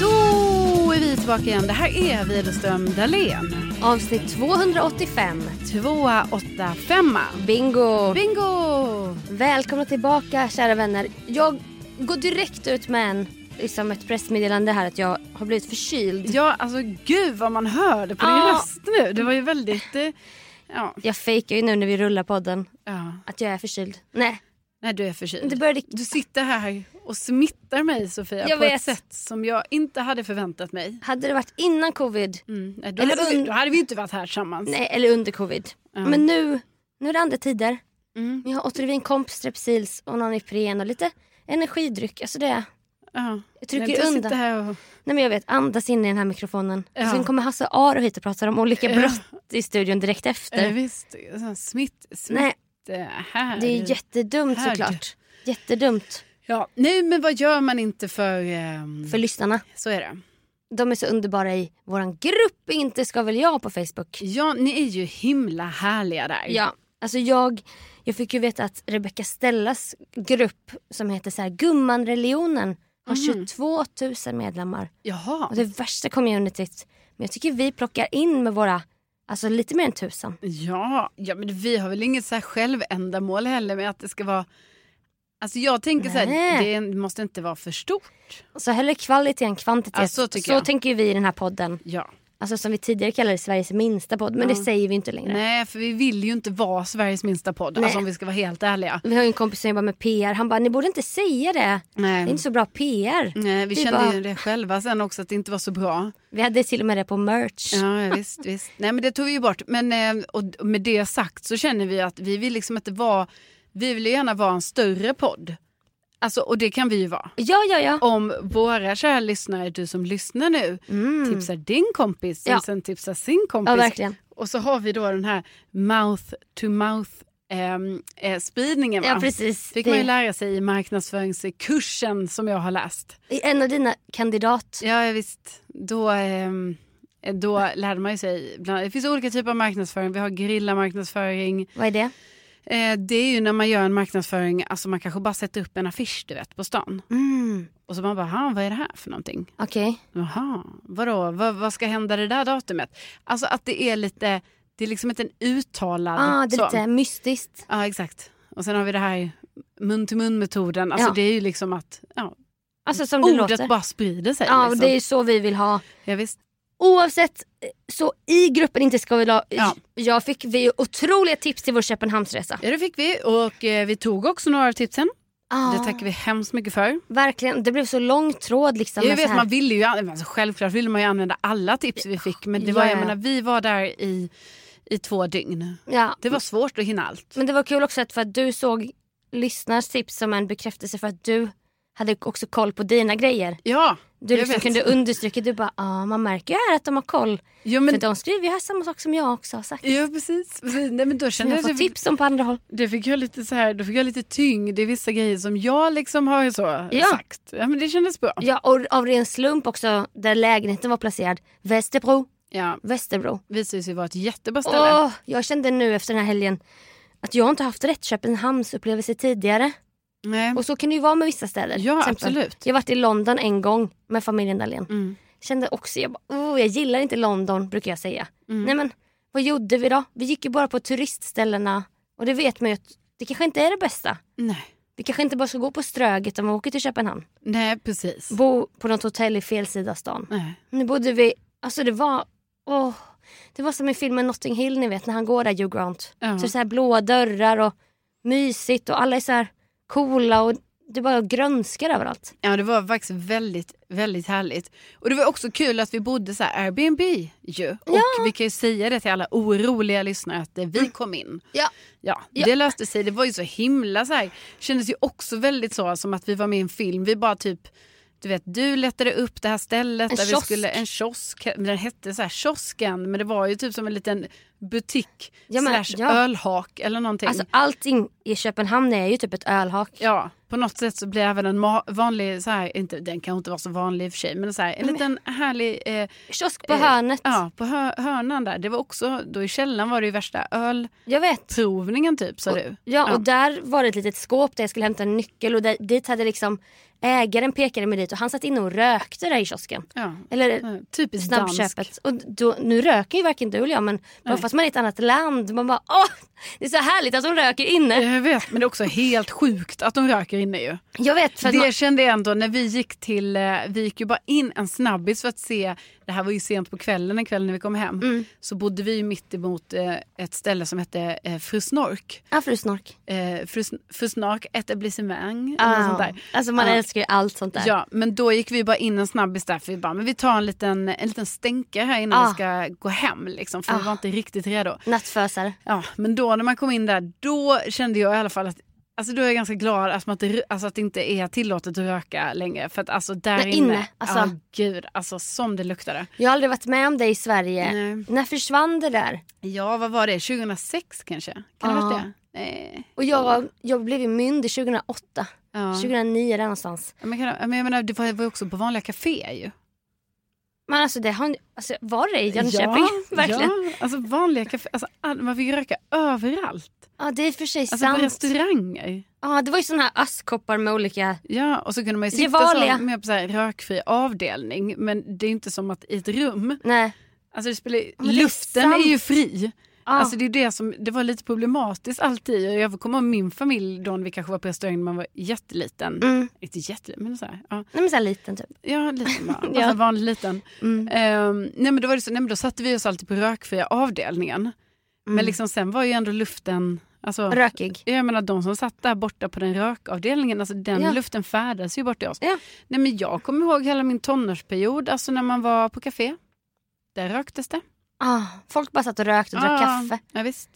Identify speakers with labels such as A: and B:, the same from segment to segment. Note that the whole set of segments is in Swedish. A: Då är vi tillbaka igen. Det här är Widerström Dahlén.
B: Avsnitt 285.
A: Tvåa, åtta, femma.
B: Bingo!
A: Bingo!
B: Välkomna tillbaka kära vänner. Jag går direkt ut med en, liksom ett pressmeddelande här att jag har blivit förkyld.
A: Ja, alltså gud vad man hörde på din
B: Ja.
A: röst nu. Det var ju väldigt... eh, Ja.
B: Jag fejkar ju nu när vi rullar podden
A: ja.
B: att jag är förkyld. Nej,
A: Nej, du är
B: det
A: förkyld.
B: började...
A: Du sitter här och smittar mig Sofia
B: Jag
A: på ett
B: vet.
A: sätt som jag inte hade förväntat mig.
B: Hade det varit innan covid,
A: Mm. Nej, Då,
B: Eller
A: hade vi,
B: un-
A: då hade vi inte varit här tillsammans.
B: nej eller under covid. Men nu, nu är det andra tider.
A: Mm.
B: Jag har Otrivin komp, Strepsils och någon Ipren och lite energidryck. Alltså det,
A: Ja.
B: jag trycker
A: Nej, du
B: undan.
A: sitter här och...
B: Nej men jag vet, andas in i den här mikrofonen.
A: Ja.
B: Och sen kommer Hasse Aro hit och pratar om olika
A: Ja.
B: brott i studion direkt efter.
A: Eh, visst, sån smitt, smitt eh,
B: Nej,
A: här.
B: det är jättedumt
A: Härd.
B: såklart. Jättedumt
A: ja. Nej, men vad gör man inte för... ehm,
B: för lyssnarna.
A: Så är det.
B: De är så underbara i våran grupp, inte ska väl jag på Facebook.
A: Ja, ni är ju himla härliga där.
B: Ja, alltså jag, jag fick ju veta att Rebecca Stellas grupp som heter så här Gummanreligionen har
A: Mhm.
B: 22 000 medlemmar.
A: Jaha.
B: Och det värsta communityt. Men jag tycker vi plockar in med våra, alltså lite mer än tusen.
A: Ja, ja, men vi har väl inget så här självändamål heller med att det ska vara... Alltså jag tänker så här,
B: Nej.
A: det måste inte vara för stort.
B: Så hellre kvalitet än kvantitet.
A: Ja, så tycker jag.
B: tänker ju vi i den här podden.
A: Ja.
B: Alltså som vi tidigare kallade Sveriges minsta podd. Men det säger vi inte längre.
A: Nej, för vi vill ju inte vara Sveriges minsta podd,
B: Nej.
A: alltså om vi ska vara helt ärliga.
B: Vi har ju en kompis som jobbar med PR. Han bara, ni borde inte säga det. Det är
A: Nej.
B: inte så bra PR.
A: Nej, vi
B: Det är
A: kände
B: bara-
A: ju det själva sen också, att det inte var så bra.
B: Vi hade till och med det på merch.
A: Ja, ja, visst, visst. Nej, men det tog vi ju bort. Men eh, och med det sagt så känner vi att vi vill liksom inte vara... Vi vill ju gärna vara en större podd. Alltså, och det kan vi ju vara.
B: Ja, ja, ja.
A: om våra kära lyssnare, du som lyssnar nu, tipsar din kompis som
B: Mm. Ja.
A: sen tipsar sin
B: Ja,
A: kompis.
B: verkligen.
A: och så har vi då den här mouth to mouth ehm, eh, spridningen.
B: Ja,
A: va?
B: precis.
A: fick
B: Det-
A: man ju lära sig i marknadsföringskursen som jag har läst.
B: I En av dina kandidat.
A: Ja visst, då, ehm, då lärde man ju sig. Bland, det finns olika typer av marknadsföring. Vi har gerillamarknadsföring.
B: Vad är det?
A: Eh, det är ju när man gör en marknadsföring, alltså man kanske bara sätter upp en affisch du vet, på stan.
B: Mm.
A: Och så man bara, "Ha, vad är det här för någonting?
B: Okej.
A: Jaha, vadå? Vad, vad ska hända det där datumet? Alltså att det är lite, det är liksom inte en uttalad...
B: Ah, det är
A: så.
B: lite mystiskt.
A: Ja, exakt. Och sen har vi det här mun-till-mun-metoden. Alltså
B: Ja.
A: det är ju liksom att ja,
B: Alltså som det
A: ordet
B: låter.
A: bara sprider sig.
B: Ja, och
A: liksom.
B: det är ju så vi vill ha.
A: ja, visst.
B: Oavsett, eh, så i gruppen Inte ska vi la...
A: Ja.
B: Jag fick vi otroliga tips till vår Köpenhamnsresa.
A: Ja, det fick vi och eh, vi tog också några av tipsen.
B: Ah,
A: Det tackar vi hemskt mycket för.
B: Verkligen, det blev så lång tråd liksom.
A: Jag
B: med så
A: vet,
B: här-
A: man ville ju, an- alltså, självklart ville man ju använda alla tips vi fick men det var,
B: Ja,
A: jag
B: ja.
A: menar, vi var där i, i två dygn.
B: ja.
A: Det var svårt att hinna allt.
B: Men det var kul också att för att du såg lyssnars tips som en bekräftelse för att du hade också koll på dina grejer.
A: Ja,
B: Du
A: jag
B: liksom
A: vet.
B: kunde understryka, du bara ah, man märker ju här att de har koll.
A: Jo, men,
B: För de skriver ju här samma sak som jag också har sagt.
A: ja precis. precis. Nej, men då
B: Som
A: kände
B: jag
A: jag,
B: får
A: att jag
B: tips om på andra håll.
A: det fick jag lite så här, då fick jag lite tyngd i vissa grejer som jag liksom har ju så
B: Ja.
A: sagt. Ja, men det kändes bra.
B: Ja och av ren slump också där lägenheten var placerad. Västerbro,
A: Ja,
B: Västerbro.
A: visade sig vara ett jättebra ställe.
B: Åh, jag kände nu efter den här helgen att jag inte haft rätt Köpenhamnsupplevelse tidigare.
A: Nej.
B: Och så kan det ju vara med vissa städer.
A: Mm. Ja,
B: till exempel.
A: absolut.
B: Jag har varit i London en gång med familjen Dahlén.
A: Mm.
B: Kände också, jag, bara, oh, jag gillar inte London brukar jag säga.
A: Mm.
B: Nej men vad gjorde vi då? Vi gick ju bara på turistställena och det vet man ju att det kanske inte är det bästa.
A: Nej.
B: Vi kanske inte bara ska gå på Ströget om vi åker till Köpenhamn.
A: Nej, precis.
B: Bo på något hotell i fel sida av stan.
A: Nej.
B: Nu bodde vi, alltså det var, åh. Det var som i filmen Notting Hill ni vet när han går där Hugh Grant.
A: Ja.
B: Så det är så här blåa dörrar och mysigt och alla är så här coola och det bara grönskar överallt.
A: Ja, det var faktiskt väldigt, väldigt härligt. Och det var också kul att vi bodde så här Airbnb ju. Och vi kan ju säga det till alla oroliga lyssnare att eh, vi kom in.
B: Ja.
A: Ja,
B: Mm. Ja.
A: det löste sig. Det var ju så himla så här. Kändes ju också väldigt så som att vi var med i en film. Vi bara typ, du vet, du lättade upp det här stället.
B: En
A: där
B: kiosk.
A: Vi skulle, en kiosk. Men den hette så här kiosken. Men det var ju typ som en liten butik.
B: Ja, men,
A: slash
B: ja.
A: ölhak eller någonting.
B: Alltså allting i Köpenhamn är ju typ ett ölhak.
A: Ja, på något sätt så blir även en ma- vanlig, så här, inte, den kan inte vara så vanlig i och för sig, men så här, en liten härlig... Eh,
B: Kiosk på
A: eh,
B: hörnet.
A: Ja, på hö- hörnan där. Det var också, då i källaren var det ju värsta
B: Jag vet.
A: ölprovningen typ, sa du.
B: Ja,
A: Ja.
B: och där var det ett litet skåp där jag skulle hämta en nyckel och där, dit hade liksom ägaren pekade mig dit och han satt inne och rökte där i kiosken.
A: Ja.
B: Eller
A: Eh, Typiskt dansk.
B: snabbköpet. Och då, nu röker ju varken du eller jag men bara
A: Nej.
B: fast man är i ett annat land man bara åh det är så härligt att de röker inne.
A: Jag vet, men det är också helt sjukt att de röker inne ju.
B: Jag vet för att
A: det
B: man,
A: kände jag ändå när vi gick till, eh, vi gick ju bara in en snabbis för att se, det här var ju sent på kvällen en kväll när vi kom hem,
B: Mm.
A: så bodde vi ju mitt emot eh, ett ställe som hette eh, Fru Snork.
B: ja fru Snork.
A: eh, Fusnak etablissemang. eller något
B: Ah,
A: sånt där.
B: alltså man
A: Ja.
B: älskar ju allt sånt där.
A: Ja, men då gick vi bara in en snabbis där för vi bara, men vi tar en liten, en liten stänka här innan
B: Ah.
A: vi ska gå hem liksom, för
B: Ah.
A: vi var inte riktigt redo.
B: Nattfösare.
A: Ja, men då när man kom in där, då kände jag i alla fall att Alltså då är jag ganska glad att, man inte, alltså att det inte är tillåtet att röka längre. För att alltså där
B: Där
A: inne,
B: inne, alltså.
A: ja gud, alltså som det luktade.
B: Jag har aldrig varit med om det i Sverige.
A: Nej.
B: När försvann det där?
A: Ja, vad var det? 2006 kanske? Kan det ha
B: Ja.
A: varit det? Nej.
B: Och jag, jag blev ju myndig 2008,
A: Ja.
B: 2009 där någonstans.
A: Men, kan, det- men jag menar, det var det var ju också på vanliga kaféer ju.
B: Men alltså, det har, alltså var det i Jönköping? Verkligen. Ja.
A: Ja, alltså vanliga kafé, alltså, all- man fick ju röka överallt.
B: det är i och för sig
A: Alltså på
B: sant.
A: restauranger.
B: Ja, det var ju sådana här askkoppar med olika...
A: Ja, och så kunde man ju sitta
B: Gevalia.
A: så, med på så här, rökfri avdelning. Men det är ju inte som att i ett rum.
B: Nej.
A: Alltså det spelar,
B: men det är
A: luften är,
B: sant.
A: ju fri.
B: Ja.
A: Alltså det, är ju det, som, det var lite problematiskt alltid. Och Jag kommer ihåg min familj då när vi kanske var på restaurang när man var jätteliten.
B: Mm.
A: Inte jätteliten men så här. Ja.
B: Nej men såhär liten typ.
A: Ja, liten bara. Alltså,
B: Ja.
A: vanlig liten.
B: Mm.
A: Ehm, nej, men då var det så, nej, men då satte vi oss alltid på rökfria avdelningen.
B: Mm.
A: Men liksom, sen var ju ändå luften... Alltså,
B: Rökig.
A: jag menar de som satt där borta på den rökavdelningen, alltså den
B: Ja.
A: luften färdas ju bort i oss.
B: Ja.
A: Nej, men jag kommer ihåg hela min tonårsperiod, alltså när man var på café. Där röktes det.
B: Ah, folk bara satt och rökte och drack kaffe.
A: Ja, visst.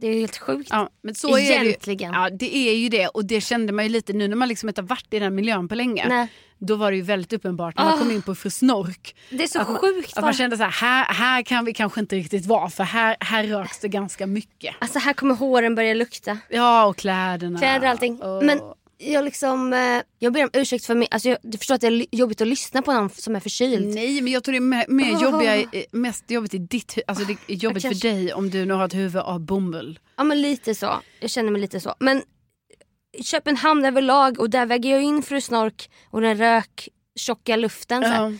B: Det är ju helt sjukt.
A: Ah. Ja, men så är det ju.
B: Egentligen.
A: Ja, det är ju det. Och det kände man ju lite nu när man liksom inte har varit i den miljön på länge.
B: Nej.
A: Då var det ju väldigt uppenbart när man
B: Ah.
A: kom in på Fru Snork.
B: Det är så
A: Att man-
B: sjukt.
A: Att
B: bara.
A: man kände så här, här, här kan vi kanske inte riktigt vara för här, här röks det ganska mycket.
B: Alltså här kommer håren börja lukta.
A: Ja, och kläderna.
B: Kläder och allting.
A: Och-
B: Men jag liksom... Eh, jag ber om ursäkt för mig. Alltså, jag, du förstår att det är li- jobbigt att lyssna på någon som är förkyld.
A: Nej, men jag tror det är mer, mer
B: Ah.
A: jobbiga, i- mest jobbigt i ditt huvud. Alltså det är jobbigt för
B: kanske-
A: dig om du nu har ett huvud av bomull.
B: Ja men lite så. Jag känner mig lite så. Men Köpenhamn överlag och där väger jag in Fru Snork och den röktjocka luften. Så här.
A: Ja.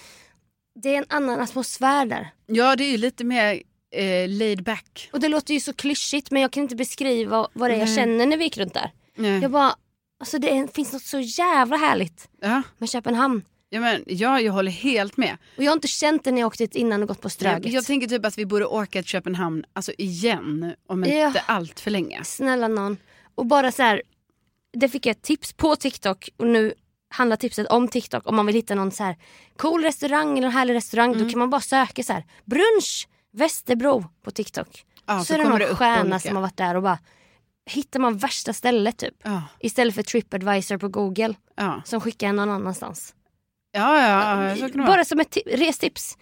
B: Det är en annan atmosfär där.
A: Ja, det är ju lite mer eh, laid back.
B: Och det låter ju så klyschigt men jag kan inte beskriva vad det är jag
A: Nej. Mm.
B: känner när vi gick runt där.
A: Nej.
B: Jag bara, alltså det är, finns något så jävla härligt
A: Ja.
B: med Köpenhamn.
A: Ja, men, ja, jag håller helt med.
B: Och jag har inte känt det när jag åkt dit innan och gått på
A: Jag,
B: Ströget.
A: jag tänker typ att vi borde åka till Köpenhamn alltså igen om
B: Ja.
A: inte allt för länge.
B: Snälla någon. Och bara så här, det fick jag ett tips på TikTok och nu handlar tipset om TikTok. Om man vill hitta någon så här cool restaurang eller en härlig restaurang
A: Mm.
B: då kan man bara söka så här brunch Västerbro på TikTok.
A: Ja,
B: så,
A: så
B: är det
A: kommer
B: någon
A: det upp
B: stjärna
A: olika.
B: som har varit där och bara hittar man värsta stället typ.
A: Ja,
B: Istället för Tripadvisor på Google
A: ja,
B: som skickar en någon annanstans.
A: ja, ja, ja så kan det vara. Mm.
B: Bara som ett ti- restips.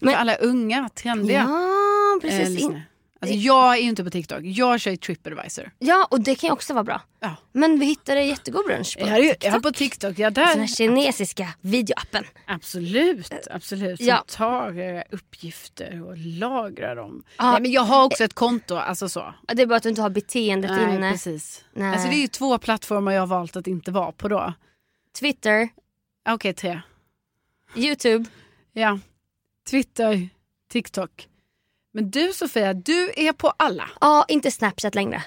A: För alla unga, trendiga.
B: Ja,
A: eh,
B: precis. In-
A: lyssnare. alltså, jag är ju inte på TikTok, jag kör ju Tripadvisor.
B: ja, och det kan ju också vara bra.
A: Ja.
B: Men vi hittade jättegod brunch på
A: Jag är, ju, jag är
B: TikTok.
A: på TikTok, ja
B: Den här
A: där.
B: kinesiska videoappen.
A: Absolut, absolut. Som
B: Eh, Ja.
A: tar era uppgifter och lagrar dem.
B: Ja. eh,
A: Nej, men jag har också ett konto, alltså så.
B: Ja, Det är bara att du inte har beteendet
A: Nej,
B: inne.
A: precis.
B: Nej.
A: Alltså, det är ju två plattformar jag har valt att inte vara på då. Ah,
B: Twitter,
A: Okej, tre.
B: YouTube.
A: Ja. Twitter, TikTok. Men du Sofia, du är på alla.
B: Ja, inte Snapchat längre.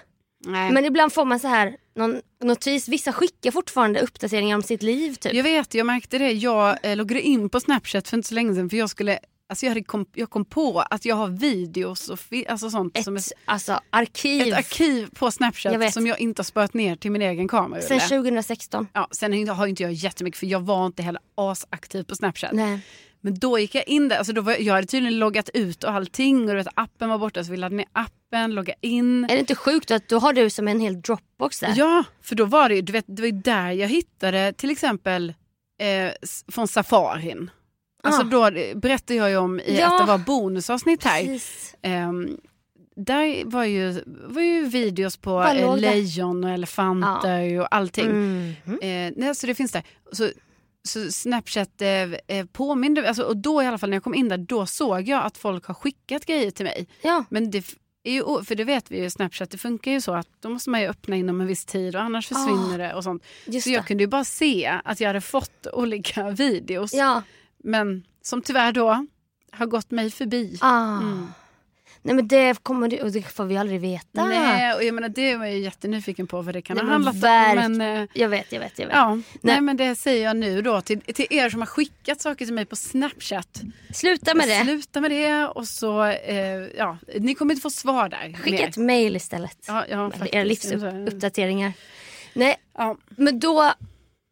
A: Nej.
B: Men ibland får man så här någon notis. Vissa skickar fortfarande uppdateringar om sitt liv typ.
A: Jag vet, jag märkte det. Jag eh, loggade in på Snapchat för inte så länge sedan för jag skulle Alltså jag, hade kom, jag kom på att jag har videos och fi, alltså sånt
B: ett
A: som är,
B: alltså, arkiv
A: ett arkiv på
B: Jag
A: Snapchat
B: vet.
A: som jag inte har sparat ner till min egen kamera.
B: sen 2016.
A: ja, sen har ju inte jag jättemycket för jag var inte heller asaktiv på Snapchat.
B: Nej.
A: Men då gick jag in där, alltså då var, jag hade tydligen loggat ut och allting och du vet, appen var borta så vi laddade ner appen, logga in.
B: Är det inte sjukt att då har du som en hel Dropbox där?
A: Ja, för då var det ju, du vet, det var ju där jag hittade till exempel eh, s- från Safarin. Alltså
B: Ah.
A: då eh, berättade jag ju om i
B: Ja.
A: att det var bonusavsnitt här.
B: Precis.
A: Ehm, där var ju, var ju videos på
B: Vad
A: eh,
B: låg det?
A: lejon och elefanter och allting.
B: Mm.
A: Eh, nej, så det finns där. Så, så Snapchat eh, eh, påminde, alltså, och då i alla fall när jag kom in där, då såg jag att folk har skickat grejer till mig.
B: Ja.
A: Men det f- är ju, o- för det vet vi ju, Snapchat det funkar ju så att då måste man ju öppna inom en viss tid och annars försvinner det och sånt.
B: Ah, Just
A: så jag
B: det.
A: kunde ju bara se att jag hade fått olika videos.
B: Ja.
A: Men som tyvärr då har gått mig förbi.
B: Ah.
A: Mm.
B: Nej men det kommer du, och det får vi aldrig veta.
A: Nej, och jag menar det var jag ju jättenyfiken på vad det kan
B: Nej,
A: ha
B: men
A: handlat
B: verk-
A: om. Men, eh,
B: Jag vet, jag vet, jag vet.
A: ja, nej. men det säger jag nu då till, till er som har skickat saker till mig på Snapchat.
B: Sluta med det.
A: Sluta med det och så, eh, ja, ni kommer inte få svar där.
B: Skicka
A: mer.
B: ett mail istället.
A: Ja, ja,
B: Eller era
A: faktiskt.
B: livsuppdateringar. Nej,
A: Ja.
B: men då...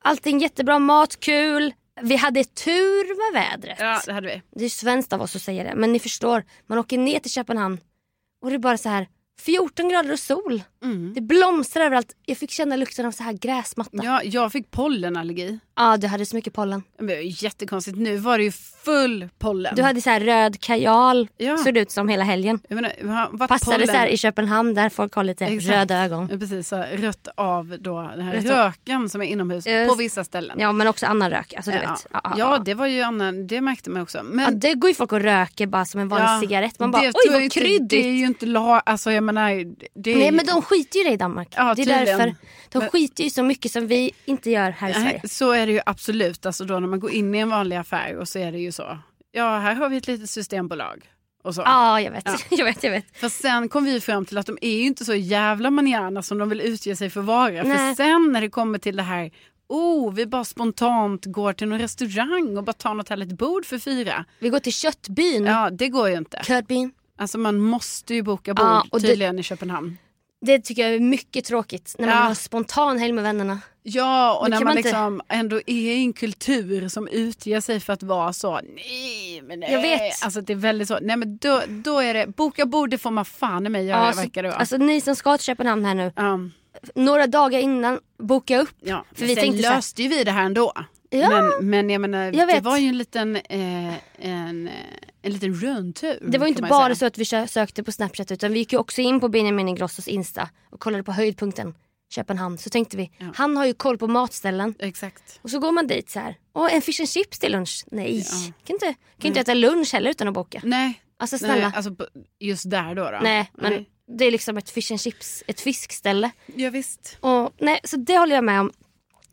B: Allting jättebra, mat, kul. Vi hade tur med vädret.
A: Ja, det hade vi.
B: Det är svenskt av oss att säga det, men ni förstår. Man åker ner till Köpenhamn och det är bara så här 14 grader och sol. Det blomstrar överallt. Jag fick känna lukten av så här gräsmatta. Ja,
A: Mm. Ja, jag fick pollenallergi.
B: du hade så mycket pollen.
A: Men det var ju jättekonstigt. Nu var det ju full pollen.
B: Du hade så här röd kajal,
A: Ja.
B: såg det ut som hela helgen.
A: Jag menar, jag har varit
B: Passade
A: pollen.
B: så här i Köpenhamn där folk har lite
A: Exakt.
B: röda ögon.
A: Ja, Precis, så här, rött av då den här
B: Rött av.
A: röken som är inomhus
B: Just.
A: på vissa ställen.
B: Ja men också annan rök. Alltså, du vet.
A: Ja. ja, det var ju annan, det märkte man också. Men,
B: Ja, det går ju folk och röker bara som en vanlig
A: ja,
B: cigarett.
A: det
B: Man bara
A: tror
B: oj
A: jag
B: vad
A: inte- Det är
B: kryddigt.
A: ju inte la, alltså jag menar. Det är
B: Nej
A: ju-
B: men de skiter ju i det i Danmark.
A: Ja,
B: det är
A: tydligen.
B: därför. De
A: Men-
B: skiter ju så mycket som vi inte gör här i Sverige.
A: Nej, så är det ju absolut. Alltså då när man går in i en vanlig affär och så är det ju så. Ja, här har vi ett litet systembolag. Och så.
B: Ja jag vet.
A: Ja.
B: jag vet, jag vet.
A: För sen kom vi fram till att de är ju inte så jävla manana som de vill utge sig för att vara. För
B: Nej.
A: sen när det kommer till det här, oh, vi bara spontant går till någon restaurang och bara tar något härligt bord för fyra.
B: Vi går till köttbyn.
A: Ja, det går ju inte.
B: Köttbyn.
A: Alltså man måste ju boka bord
B: Ja, och det-
A: tydligen i Köpenhamn.
B: Det tycker jag är mycket tråkigt. När man
A: Ja.
B: har spontan helg med vännerna.
A: Ja, och
B: Men
A: när man,
B: kan man inte-
A: liksom ändå är i en kultur som utger sig för att vara så, nej, men nej.
B: Jag vet.
A: Alltså det är väldigt så, nej men då, då är det, boka bord det får man fan i mig göra
B: Ja, så-
A: verkar det vara.
B: alltså ni som ska till Köpenhamn här nu.
A: Ja.
B: Några dagar innan, boka upp.
A: Ja,
B: För vi
A: sen
B: tänkte så här-
A: löste ju vi det här ändå.
B: Ja,
A: men, men jag menar,
B: jag
A: det
B: vet.
A: var ju en liten, eh, en, eh, en liten rundtur.
B: Det var ju inte
A: Mm, kan man ju
B: bara så
A: säga.
B: att vi kö- sökte på Snapchat utan vi gick ju också in på Benjamin Ingrossos Insta och kollade på höjdpunkten Köpenhamn. Så tänkte vi, han har ju koll på matställen.
A: Exakt.
B: Och så går man dit så här. Åh, en fish and chips till lunch. Nej, kan inte, kan inte äta lunch heller utan att boka.
A: Nej,
B: Alltså
A: nej
B: snälla.
A: alltså, på- just där då. då.
B: Nej, men det är liksom ett fish and chips, ett fiskställe.
A: Ja, visst.
B: Och, nej, så det håller jag med om.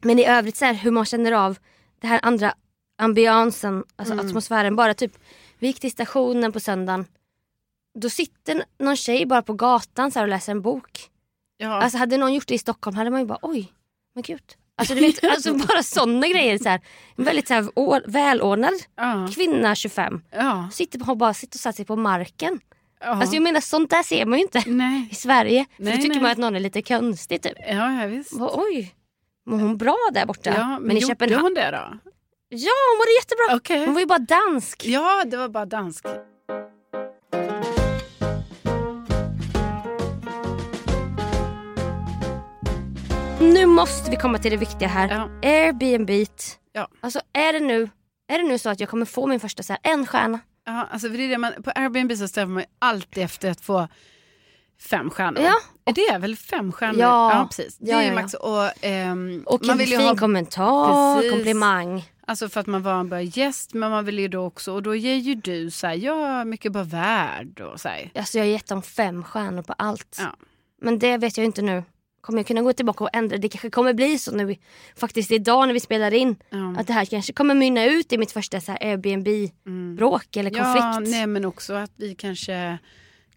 B: Men i övrigt så här, hur man känner av det här andra ambiansen, alltså
A: Mm.
B: atmosfären. Bara typ, vi gick till stationen på söndagen. Då sitter n- någon tjej bara på gatan så här, och läser en bok.
A: Ja.
B: Alltså hade någon gjort det i Stockholm hade man ju bara oj, men gud. Alltså, du vet, alltså bara sådana grejer. Så här. En väldigt så här, å- välordnad
A: Ja.
B: kvinna 25.
A: Ja.
B: Sitter, på- har bara sitter och satt sig på marken.
A: ja.
B: Alltså jag menar sånt där ser man ju inte
A: Nej.
B: i Sverige. För
A: Nej,
B: då tycker
A: nej.
B: man att någon är lite konstig typ.
A: Ja, ja visst.
B: Bara, Oj, mår hon bra där borta?
A: Ja, men
B: i
A: gjorde
B: Köpenhamn-
A: hon det då?
B: Ja hon mådde jättebra.
A: Okej.
B: Hon var ju bara dansk.
A: Ja, det var bara dansk.
B: Nu måste vi komma till det viktiga här.
A: Ja.
B: Airbnb.
A: Ja.
B: Alltså är det, nu, är det nu så att jag kommer få min första så här, en stjärna?
A: Ja, alltså för det är det man, på Airbnb så strävar man ju alltid efter att få fem stjärnor.
B: Ja.
A: Och, det är väl fem stjärnor?
B: Ja.
A: precis.
B: Ja,
A: det är
B: ja,
A: ju
B: ja.
A: max. Och, ehm,
B: Och
A: man
B: en
A: vill ju
B: fin
A: ha,
B: kommentar,
A: Precis.
B: komplimang.
A: alltså för att man var en bra gäst, men man vill ju då också, och då ger ju du så här, jag är mycket bra värd och så här.
B: Alltså jag har gett dem fem stjärnor på allt.
A: Ja.
B: Men det vet jag inte nu. Kommer jag kunna gå tillbaka och ändra? Det kanske kommer bli så nu faktiskt idag när vi spelar in.
A: Ja.
B: Att det här kanske kommer mynna ut i mitt första så här Airbnb-bråk eller
A: Ja,
B: konflikt.
A: nej men också att vi kanske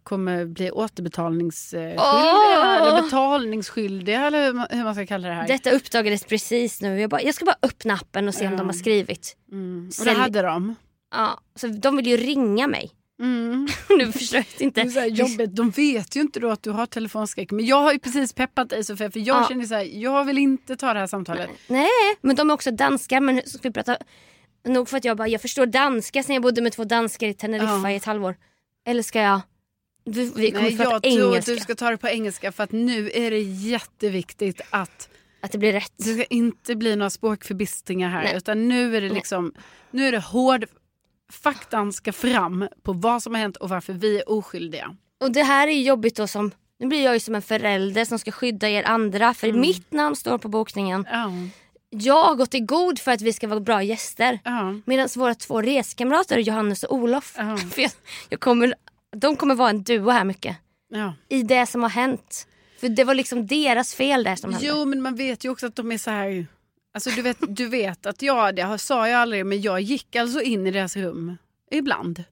A: kommer bli återbetalningsskyldiga
B: Åh!
A: eller betalningsskyldiga eller hur man- hur man ska kalla det här.
B: Detta uppdagades precis nu. Jag, bara, jag ska bara öppna appen och se om
A: Ja.
B: de har skrivit.
A: Mm. Och det
B: Sälj-
A: hade de.
B: Ja, så de vill ju ringa mig.
A: Mm.
B: nu förstår jag
A: Det
B: inte.
A: är så här jobbigt. De vet ju inte då att du har telefonskräck. Men jag har ju precis peppat dig Sofia för jag
B: Ja.
A: känner så här, jag vill inte ta det här samtalet.
B: Nej, men de är också danskar. Men så ska vi prata... Nog för att jag bara, jag förstår danska sen jag bodde med två danskar i Teneriffa
A: Ja.
B: i ett halvår. Eller ska jag... Vi, vi kommer
A: Nej,
B: prata
A: jag tror att
B: engelska.
A: du ska ta det på engelska för att nu är det jätteviktigt att
B: Att det blir rätt.
A: det ska inte bli några språkförbistringar här.
B: Nej.
A: Utan nu är det liksom, nu är det hård, faktan ska fram på vad som har hänt och varför vi är oskyldiga.
B: Och det här är ju jobbigt då som... Nu blir jag ju som en förälder som ska skydda er andra. För
A: Mm.
B: mitt namn står på bokningen.
A: Ja,
B: Jag har gått i god för att vi ska vara bra gäster.
A: ja.
B: Medan våra två reskamrater Johannes och Olof.
A: Ja.
B: För jag, jag kommer, de kommer vara en duo här mycket.
A: ja.
B: I det som har hänt. För det var liksom deras fel där som hände.
A: Jo, men man vet ju också att de är så här... Alltså, du, vet, du vet att jag, det har- sa jag aldrig, men jag gick alltså in i deras rum ibland.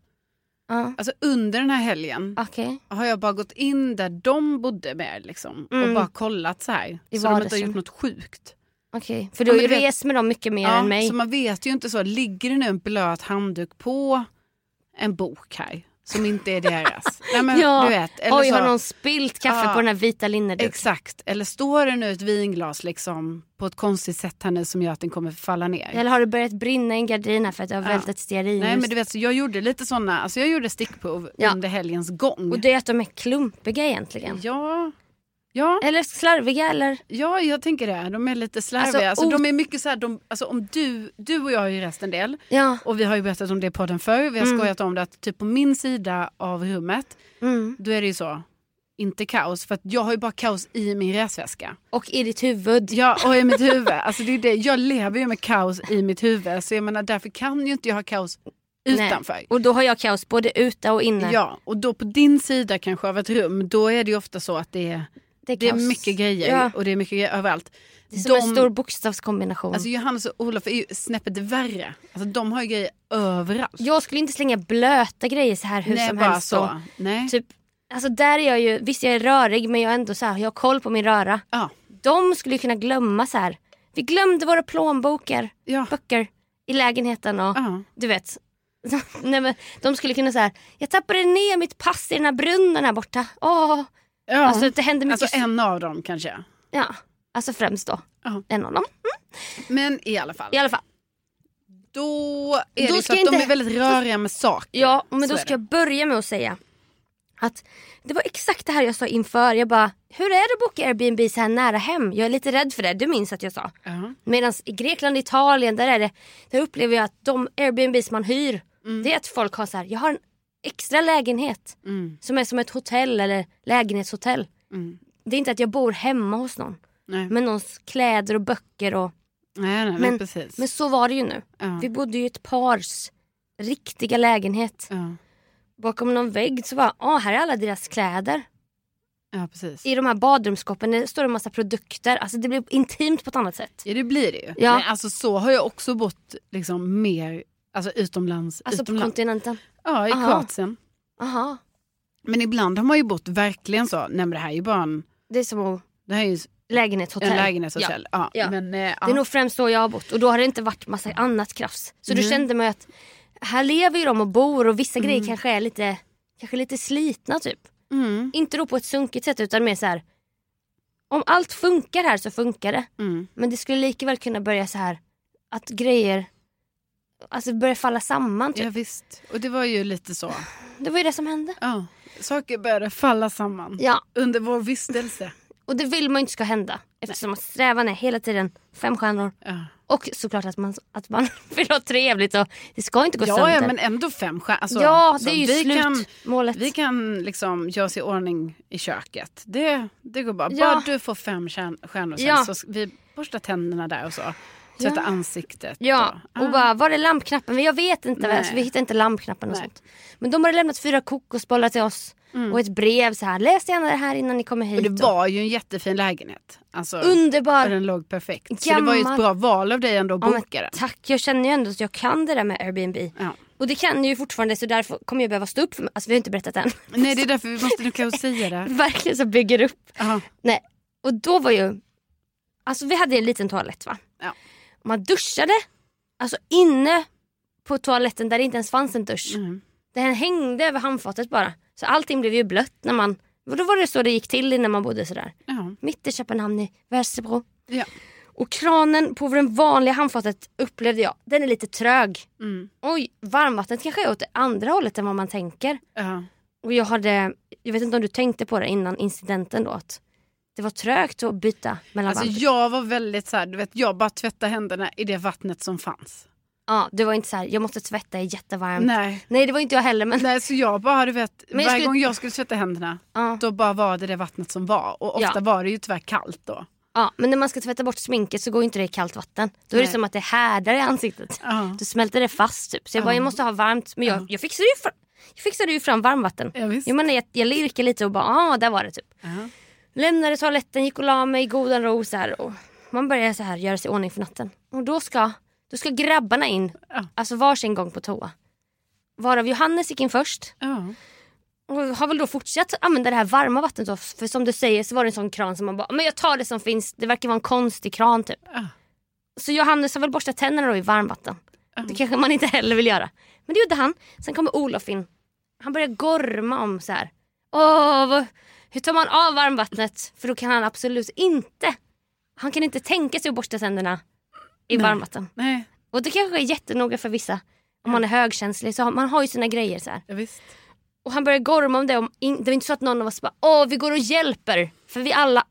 B: Ja.
A: Alltså under den här helgen
B: Okej.
A: har jag bara gått in där de bodde med liksom, och
B: Mm.
A: bara kollat så här.
B: I
A: så de inte har
B: vardagsrummet.
A: gjort något sjukt.
B: Okej, för
A: Ja,
B: du har
A: men
B: ju
A: du vet-
B: rest med dem mycket mer än mig.
A: så man vet ju inte så. Ligger det nu en blöt handduk på en bok här som inte är deras? Nej, men,
B: ja.
A: du vet, eller
B: Oj,
A: så,
B: har någon spilt kaffe
A: Ja.
B: på den här vita linneduken?
A: Exakt, eller står det nu ett vinglas liksom, på ett konstigt sätt här nu som gör att den kommer falla ner?
B: Eller har det börjat brinna i en gardin här för att det har
A: Ja.
B: vält ett stearinljus?
A: Nej men du vet, så jag gjorde lite såna, alltså jag gjorde stickprov
B: Ja.
A: under helgens gång.
B: Och det är att de är klumpiga egentligen.
A: Ja, ja,
B: Eller slarviga eller?
A: ja, jag tänker det. De är lite slarviga.
B: Alltså,
A: Alltså,
B: o-
A: de är mycket så här, de, alltså, om du, du och jag har ju rest en del
B: Ja.
A: och vi har ju berättat om det i podden förr. Vi har
B: Mm.
A: skojat om det att typ på min sida av rummet,
B: Mm.
A: då är det ju så, inte kaos. För att jag har ju bara kaos i min resväska.
B: Och i ditt huvud.
A: Ja, och i mitt huvud. Alltså, det är det. Jag lever ju med kaos i mitt huvud. Så jag menar, därför kan ju inte jag ha kaos
B: Nej.
A: utanför.
B: Och då har jag kaos både ute och inne.
A: Ja, och då på din sida kanske av ett rum, då är det ju ofta så att det är,
B: det är,
A: det är
B: kaos.
A: mycket grejer
B: Ja.
A: och det är mycket grejer överallt.
B: Det är som en stor bokstavskombination.
A: alltså Johannes och Olof är ju snäppet värre. Alltså de har ju grejer överallt.
B: jag skulle inte slänga blöta grejer så här hur
A: Nej,
B: som
A: bara
B: helst.
A: så.
B: och
A: Nej.
B: Typ, alltså där är jag ju, visst jag är rörig men jag är ändå så här, jag har koll på min röra.
A: Ja,
B: De skulle ju kunna glömma så här. Vi glömde våra plånböcker
A: ja,
B: böcker i lägenheten och
A: ja.
B: du vet. Nej, men de skulle kunna säga jag tappade ner mitt pass i den här brunnen här borta. Åh.
A: ja.
B: Alltså
A: Alltså,
B: det hände mycket. så-
A: en av dem kanske.
B: ja. alltså främst då.
A: Ja.
B: En av dem.
A: Men i alla fall.
B: I alla fall.
A: Då är
B: Då
A: det ju
B: ska
A: så att
B: jag
A: de
B: inte-
A: är väldigt röriga med saker.
B: Ja, men
A: Så
B: då
A: är
B: ska
A: det.
B: jag börja med att säga att det var exakt det här jag sa inför. Jag bara, hur är det att boka Airbnb så här nära hem? Jag är lite rädd för det, du minns att jag sa.
A: Ja.
B: Medan i Grekland och Italien där, är det, där upplever jag att de Airbnbs man hyr det är att folk har så här, jag har en extra lägenhet
A: Mm.
B: som är som ett hotell eller lägenhetshotell.
A: Mm.
B: Det är inte att jag bor hemma hos någon
A: Nej.
B: med någons kläder och böcker och
A: nej, nej, nej,
B: Men-
A: precis.
B: men så var det ju nu.
A: Ja.
B: Vi bodde ju i ett pars riktiga lägenhet.
A: Ja.
B: Bakom någon vägg så bara, ah här är alla deras kläder.
A: ja, precis.
B: I de här badrumsskåpen det står en massa produkter. Alltså det blir intimt på ett annat sätt.
A: Ja det blir det ju.
B: Ja.
A: Men alltså så har jag också bott liksom mer alltså utomlands.
B: Alltså på
A: utomlands.
B: kontinenten.
A: ja, i
B: Aha.
A: Kroatien.
B: Aha.
A: Men ibland har man ju bott verkligen så, nej men det här är ju bara en,
B: Det är som att
A: det här är ju
B: lägenhetshotell.
A: En lägenhetshotell. Ja.
B: Ja.
A: Men, eh,
B: Det är
A: ja.
B: nog främst så jag har bott och då har det inte varit massa annat krafs. Så
A: Mm.
B: då kände man ju att här lever ju de och bor och vissa grejer kanske är lite, kanske lite slitna typ.
A: Mm.
B: Inte då på ett sunkigt sätt utan mer så här. om allt funkar här så funkar det.
A: Mm.
B: Men det skulle lika väl kunna börja så här att grejer alltså börjar falla samman. Typ.
A: ja visst. Och det var ju lite så.
B: Det var ju det som hände.
A: Ja. Saker började falla samman
B: Ja,
A: under vår vistelse.
B: och det vill man ju inte ska hända eftersom att strävan är hela tiden fem stjärnor
A: Ja,
B: och såklart att man, att man vill ha trevligt och det ska inte gå
A: ja,
B: sönder.
A: ja men ändå fem stjärnor. Alltså,
B: ja,
A: så
B: det är ju
A: vi Kan,
B: slutmålet.
A: vi kan liksom göra oss i ordning i köket. Det, det går bra.
B: Ja.
A: Bara du får fem kärn- stjärnor sen
B: Ja.
A: så ska vi borstar tänderna där och så. Tvätta
B: Ja.
A: ansiktet.
B: Ja, och
A: Ah.
B: bara var är lampknappen? Men jag vet inte,
A: Nej.
B: väl, så vi hittar inte lampknappen och
A: Nej. Mm.
B: sånt. Men de hade lämnat fyra kokosbollar till oss och ett brev så här. läs gärna det här innan ni kommer hit.
A: Och det
B: och-
A: var ju en jättefin lägenhet. Alltså, och
B: Underbar!
A: den låg perfekt. Så det var ju ett
B: Gammal.
A: bra val av dig ändå att
B: Ja, men
A: boka den.
B: tack, jag känner ju ändå att jag kan det där med Airbnb.
A: Ja.
B: Och det kan jag ju fortfarande så därför kommer jag behöva stå upp för mig. Alltså vi har inte berättat än.
A: Nej det är därför vi måste nu kanske säga det.
B: Verkligen så bygger upp.
A: Ja.
B: Nej. Och då var ju... Alltså vi hade en liten toalett va?
A: Ja.
B: Man duschade alltså inne på toaletten där det inte ens fanns en dusch.
A: Mm.
B: Den hängde över handfatet bara. Så allting blev ju blött när man... Och då var det så det gick till innan man bodde sådär.
A: Ja.
B: Mitt i Köpenhamn i Västerbro.
A: Ja.
B: Och kranen på det vanliga handfatet upplevde jag, den är lite trög.
A: Mm.
B: Oj, varmvattnet kanske är åt det andra hållet än vad man tänker.
A: Ja.
B: Och jag hade, jag vet inte om du tänkte på det innan incidenten då att det var trögt att byta mellan
A: Alltså
B: varmt.
A: jag var väldigt så här, du vet jag bara tvättade händerna i det vattnet som fanns.
B: Ja, du var inte så här, jag måste tvätta i jättevarmt. Nej.
A: Nej.
B: det var inte jag heller men
A: Nej så jag bara du vet,
B: Men jag
A: varje
B: skulle-
A: gång jag skulle tvätta händerna
B: ja.
A: då bara var det det vattnet som var. Och ofta
B: Ja.
A: var det ju tyvärr kallt då.
B: ja. Men när man ska tvätta bort sminket så går inte det i kallt vatten. Då är det
A: Nej.
B: som att det härdar i ansiktet.
A: Ja.
B: Då smälter det fast typ. Så jag bara,
A: Ja.
B: jag måste ha varmt. Men jag,
A: Ja.
B: jag, fixade, ju fram, jag fixade ju fram varmvatten.
A: Ja, visst.
B: Jag menar jag, jag lirkade lite och bara, ja ah, där var det typ.
A: Ja.
B: Lämnade toaletten, gick och la mig i godan ro så här, och Man börjar så här göra sig i ordning för natten. Och då ska, då ska grabbarna in,
A: Ja.
B: alltså varsin gång på toa. Varav Johannes gick in först
A: Ja.
B: och har väl då fortsatt använda det här varma vattnet då. För som du säger så var det en sån kran som man bara, men jag tar det som finns. Det verkar vara en konstig kran typ.
A: Ja.
B: Så Johannes har väl borstat tänderna då i varmvatten. Det kanske man inte heller vill göra. Men det gjorde han. Sen kommer Olof in. Han börjar gorma om så här. Åh, vad, hur tar man av varmvattnet? För då kan han absolut inte. Han kan inte tänka sig att borsta tänderna i
A: Nej.
B: varmvatten.
A: Nej,
B: Och det kanske är jättenoga för vissa. Om man är högkänslig så har, man har ju sina grejer så här.
A: ja, visst.
B: Och han började gorma om det. Om in, det var inte så att någon av oss bara, åh vi går och hjälper. För vi alla,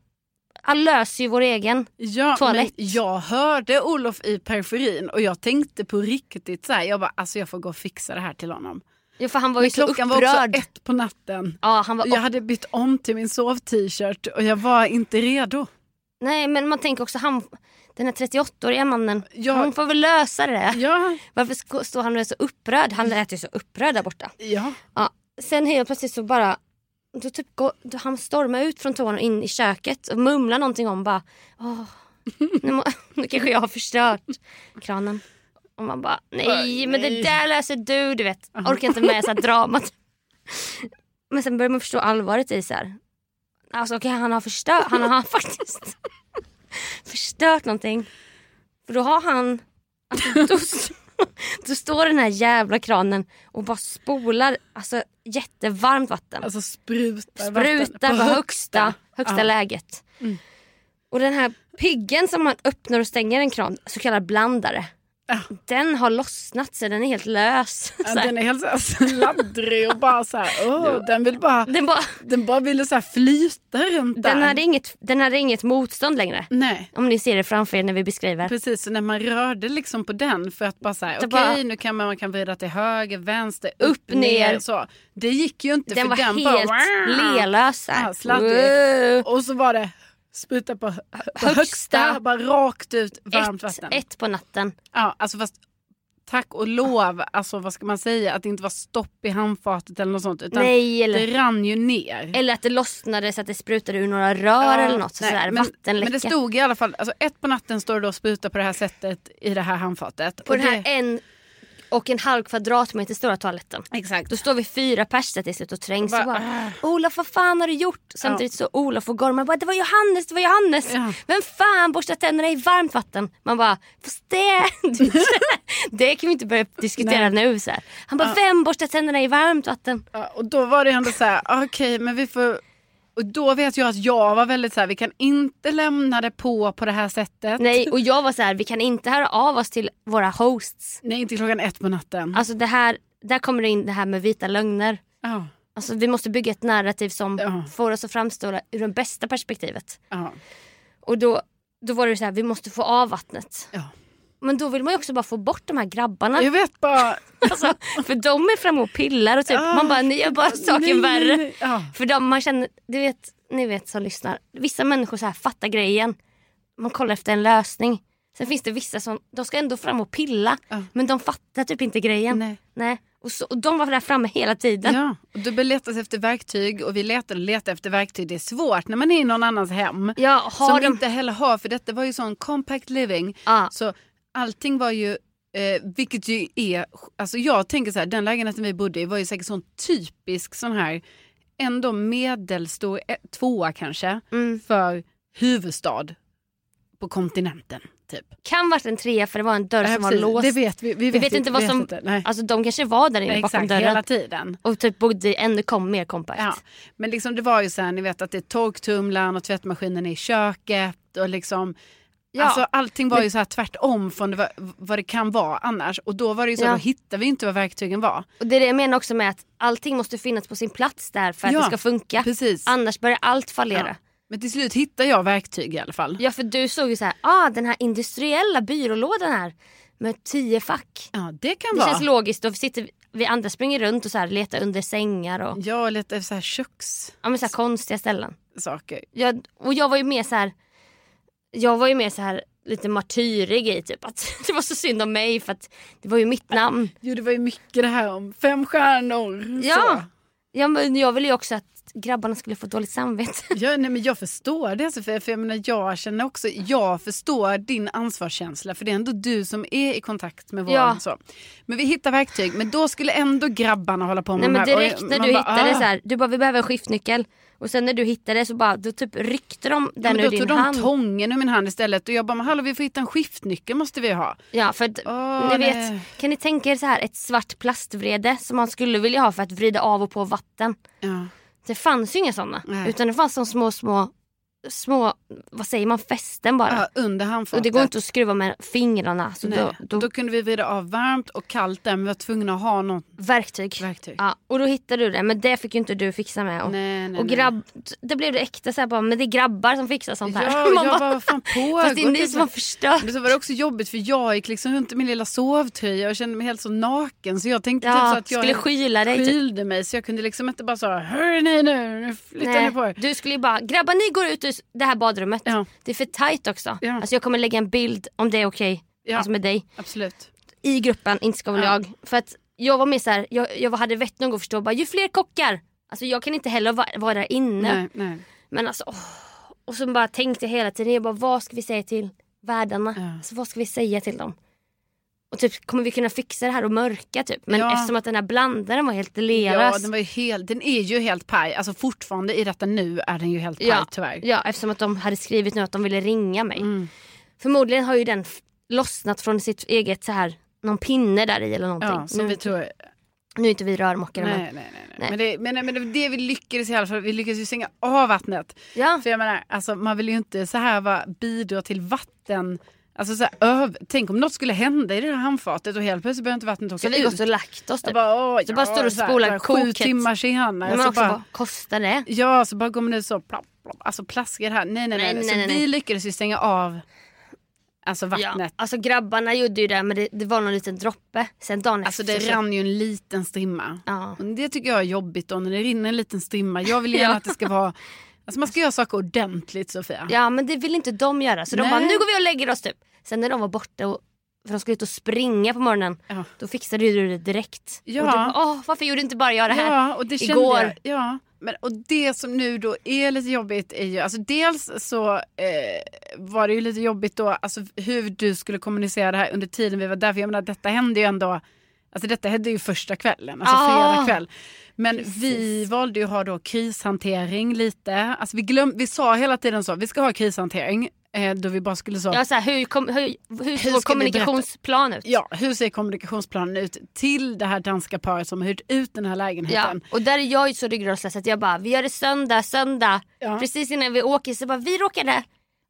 B: alla löser ju vår egen.
A: Ja, men
B: Toalett.
A: jag hörde Olof i periferin och jag tänkte på riktigt så här, jag bara alltså jag får gå och fixa det här till honom.
B: Ja, för han var ju
A: Men
B: så
A: klockan
B: upprörd.
A: var också ett på natten.
B: Ja, han var
A: Jag hade bytt om till min sov-t-shirt och jag var inte redo.
B: Nej men man tänker också han, den här 38-åriga mannen,
A: Ja.
B: han får väl lösa det.
A: Ja,
B: Varför sk- står han och är så upprörd? Han lät ju så upprörd där borta.
A: ja.
B: Ja. Sen helt plötsligt så bara, då typ går, då han stormar ut från toan och in i köket och mumlar någonting om bara, Åh, nu, må, nu kanske jag har förstört kranen. Och man bara, nej men det där löser du du vet. Orkar inte med så här dramat. Men sen börjar man förstå allvaret i så här. Alltså okej han har förstört, han har faktiskt förstört någonting. För då har han, alltså, då, s- då står den här jävla kranen och bara spolar alltså, jättevarmt vatten.
A: Alltså sprutar,
B: Sprutar på högsta, högsta
A: Ja. Mm.
B: läget. Och den här piggen som man öppnar och stänger en kran, så kallad blandare.
A: Ja.
B: Den har lossnat så den är helt lös.
A: Ja,
B: Så här.
A: den är helt så här sladdrig och bara så här, åh, den vill bara,
B: Den, bara,
A: den bara ville så här flyta runt där.
B: den, hade inget, den hade inget motstånd längre.
A: Nej.
B: Om ni ser det framför er när vi beskriver.
A: Precis, så när man rörde liksom på den för att bara säga
B: Det
A: okej
B: bara-
A: nu kan man, man kan vrida till höger, vänster, upp,
B: Upp,
A: ner.
B: ner.
A: Så. Det gick ju inte
B: Den
A: för
B: var
A: den
B: helt
A: bara...
B: lelös. här.
A: Ja, sladdrig.
B: Wow.
A: Och så var det spruta på, på högsta,
B: Högsta.
A: bara rakt ut varmt
B: Ett,
A: vatten.
B: ett på natten.
A: Ja, alltså fast tack och lov, alltså vad ska man säga, att det inte var stopp i handfatet eller något sånt. Utan
B: Nej, eller-
A: det rann ju ner.
B: Eller att det lossnade så att det sprutade ur några rör eller något. Så
A: nej,
B: sådär,
A: men,
B: vattenläcka.
A: men det stod i alla fall, alltså ett på natten står det då spruta på det här sättet i det här handfatet.
B: på
A: Och
B: den här
A: det,
B: en och en halv kvadratmeter stora toaletten.
A: Exakt.
B: Då står vi fyra pers där till slut och trängs
A: Bara,
B: och bara
A: Ah.
B: Olof vad fan har du gjort? Samtidigt så Olof och Gorman bara det var Johannes, det var Johannes.
A: Ja.
B: Vem fan borstar tänderna i varmt vatten? Man bara fast det, det kan vi inte börja diskutera nu. Så här. Han bara vem borstar tänderna i varmt vatten?
A: Ja, och då var det ändå så här, "Ah, okej men vi får... Och då vet jag att jag var väldigt så här, vi kan inte lämna det på på det här sättet.
B: Nej och jag var så här vi kan inte höra av oss till våra hosts.
A: Nej, inte klockan ett på natten.
B: Alltså det här, där kommer det in det här med vita lögner.
A: Ja,
B: Alltså vi måste bygga ett narrativ som
A: Ja.
B: får oss att framstå ur det bästa perspektivet.
A: ja,
B: Och då, då var det så här, vi måste få av vattnet.
A: ja.
B: Men då vill man ju också bara få bort de här grabbarna.
A: Jag vet bara...
B: Alltså, för de är framme och pillar och typ, man bara ni gör bara saken
A: Ah, Nej, nej,
B: värre.
A: nej. Ja.
B: För de, man känner, du vet, ni vet som lyssnar, vissa människor så här fattar grejen. Man kollar efter en lösning. Sen finns det vissa som, de ska ändå fram och pilla
A: Ja.
B: men de fattar typ inte grejen.
A: Nej.
B: Och, så, och de var där framme hela tiden.
A: Ja, och du bör letas efter verktyg och vi letar och letar efter verktyg. Det är svårt när man är i någon annans hem.
B: Ja,
A: som
B: har de...
A: inte heller har, för detta var ju sån compact living.
B: Ja.
A: Så allting var ju, eh, vilket ju är, alltså jag tänker så här, den lägenheten vi bodde i var ju säkert sån typisk sån här, ändå medelstor eh, tvåa kanske,
B: Mm.
A: för huvudstad på kontinenten. Typ.
B: Kan varit en trea för det var en dörr
A: Ja,
B: som var
A: precis.
B: låst.
A: Det vet vi. Vi vet,
B: Vi vet inte vad som...
A: inte. Nej.
B: Alltså de kanske var där inne
A: Nej,
B: bakom
A: Exakt,
B: dörren.
A: hela tiden.
B: Och typ bodde ännu kom mer kompakt.
A: Ja. Men liksom det var ju så här, ni vet att det är torktumlaren och tvättmaskinen är i köket och liksom
B: Ja.
A: Alltså allting var ju så här tvärtom från det var, vad det kan vara annars. Och då var det ju så,
B: Ja.
A: då hittade vi inte vad verktygen var.
B: Och det är det jag menar också med att allting måste finnas på sin plats där för att
A: Ja,
B: det ska funka.
A: precis.
B: Annars börjar allt fallera. Ja.
A: Men till slut hittade jag verktyg i alla fall.
B: för du såg ju så här, ah den här industriella byrålådan här med tio fack.
A: Ja, det kan
B: Det
A: vara.
B: känns logiskt. Då sitter vi, vi andra springer runt och så här letar under sängar och
A: Ja, lite så här kökssaker.
B: ja, men så här konstiga ställen. Jag, och jag var ju mer så här, jag var ju mer så här lite martyrig i typ att det var så synd om mig för att det var ju mitt namn.
A: Jo, det var ju mycket det här om fem stjärnor.
B: Ja.
A: Så.
B: Ja, men jag ville ju också att grabbarna skulle få dåligt samvete.
A: Ja, nej, men jag förstår det Sofia, för jag menar jag känner också, jag förstår din ansvarskänsla för det är ändå du som är i kontakt med våran
B: Ja.
A: så. Men vi hittar verktyg, men då skulle ändå grabbarna hålla på med
B: Nej
A: de
B: men
A: här. och
B: direkt när
A: man
B: du
A: bara,
B: hittade
A: "Ah."
B: så här, du bara vi behöver en skiftnyckel. Och sen när du hittade så bara, då typ ryckte de
A: Ja,
B: den
A: men då
B: ur din
A: tog de
B: hand.
A: tången ur min hand istället och jag bara, men hallå vi får hitta en skiftnyckel måste vi ha.
B: Ja för att,
A: Åh,
B: ni
A: nej.
B: vet, kan ni tänka er så här ett svart plastvrede som man skulle vilja ha för att vrida av och på vatten.
A: Ja.
B: Det fanns ju inga sådana.
A: Nej.
B: Utan det fanns som små, små, små, vad säger man, fästen bara.
A: Ja, under handfatet.
B: och det går inte att skruva med fingrarna. Så
A: Nej.
B: då, då,
A: Då kunde vi vrida av varmt och kallt där men vi var tvungna att ha något
B: verktyg.
A: verktyg.
B: Ja, och då hittade du det men det fick ju inte du fixa med. Och,
A: Nej, nej,
B: och
A: nej.
B: grabb, det blev det äkta så här bara, men det är grabbar som fixar sånt här.
A: Ja,
B: Man
A: jag bara,
B: bara-
A: vad fan pågår?
B: Fast det är ni som har
A: Men
B: förstört.
A: så var det också jobbigt för jag gick liksom runt i min lilla sovtröja och kände mig helt så naken så jag tänkte typ så
B: Ja,
A: att jag
B: skulle skyla dig. typ.
A: skylde mig så jag kunde liksom inte bara säga hör ni nu, nu flyttar ni på er.
B: du skulle ju bara, grabbar ni går ut ur s- det här badrummet.
A: Ja.
B: Det är för tajt också.
A: Ja.
B: Alltså jag kommer lägga en bild om det är okej,
A: Ja.
B: alltså med dig,
A: Absolut.
B: i gruppen, inte ska väl
A: Ja.
B: jag. För att jag var mer såhär, jag, jag hade vett nog att förstå bara, ju fler kockar. Alltså jag kan inte heller vara, vara där inne.
A: Nej, nej.
B: Men alltså, åh. Och så bara tänkte jag hela tiden, jag bara, vad ska vi säga till värdarna?
A: Ja.
B: Alltså, vad ska vi säga till dem? Och typ, kommer vi kunna fixa det här och mörka typ? Men
A: Ja.
B: eftersom att den här blandaren var helt leras.
A: Ja, den, var ju helt, den är ju helt paj. Alltså fortfarande i detta nu är den ju helt paj
B: Ja,
A: tyvärr. Mm.
B: ja, eftersom att de hade skrivit nu att de ville ringa mig. Förmodligen har ju den f- lossnat från sitt eget så här, någon pinne där i eller
A: Ja,
B: någonting.
A: som
B: nu,
A: vi tror...
B: nu är inte vi rörmokare
A: Nej,
B: men.
A: nej, nej. nej. Men, det, men, men det, det vi lyckades i alla fall, vi lyckades ju stänga av vattnet.
B: Ja.
A: För jag menar, alltså, man vill ju inte så här va, bidra till vatten. Alltså, så här, öv, tänk om något skulle hända i det här handfatet och helt plötsligt börjar inte vattnet åka
B: Så vi
A: ut.
B: gått och lagt oss
A: Jag
B: typ.
A: bara, åh,
B: Så bara
A: ja,
B: står och
A: så här,
B: spolar
A: så här, Sju
B: koket.
A: timmar senare.
B: Men
A: så
B: också bara,
A: bara,
B: kostar det?
A: ja, så bara går man ut så plapp, plapp, alltså plaskar det här. Nej, nej, nej.
B: Nej,
A: så
B: nej, nej,
A: vi
B: nej.
A: lyckades ju stänga av alltså,
B: Ja.
A: vattnet.
B: Alltså grabbarna gjorde ju det men det, det var någon liten droppe. Sen dagen
A: Alltså
B: efter.
A: det
B: så-
A: rann ju en liten strimma.
B: Ja.
A: Och det tycker jag är jobbigt då, när det rinner en liten strimma. Jag vill gärna att det ska vara... Alltså man ska göra saker ordentligt Sofia.
B: Ja men det vill inte de göra så de
A: Nej.
B: bara nu går vi och lägger oss typ. Sen när de var borta och för de skulle ut och springa på morgonen
A: Ja.
B: då fixade ju du det direkt.
A: Ja.
B: Och du bara, Åh, varför gjorde inte bara jag det här
A: Ja, och det kände
B: igår?
A: Jag, ja. Men, och det som nu då är lite jobbigt är ju, alltså dels så eh, var det ju lite jobbigt då, alltså hur du skulle kommunicera det här under tiden vi var där, för jag menar detta hände ju ändå, Alltså detta hände ju första kvällen, alltså
B: Ja.
A: fredag kväll. Men vi
B: Precis.
A: valde ju att ha då krishantering lite. Alltså vi, glöm, vi sa hela tiden så, vi ska ha krishantering. Eh, då vi bara skulle så,
B: Ja, så här, hur, kom, hur, hur,
A: ska
B: ser
A: vi
B: vår kommunikationsplan ut?
A: ja, hur ser kommunikationsplanen ut till det här danska paret som har hyrt ut den här
B: Ja,
A: lägenheten?
B: och där är jag ju så ryggradslös att jag bara, vi gör det söndag, söndag.
A: Ja.
B: Precis innan vi åker så bara, vi råkade.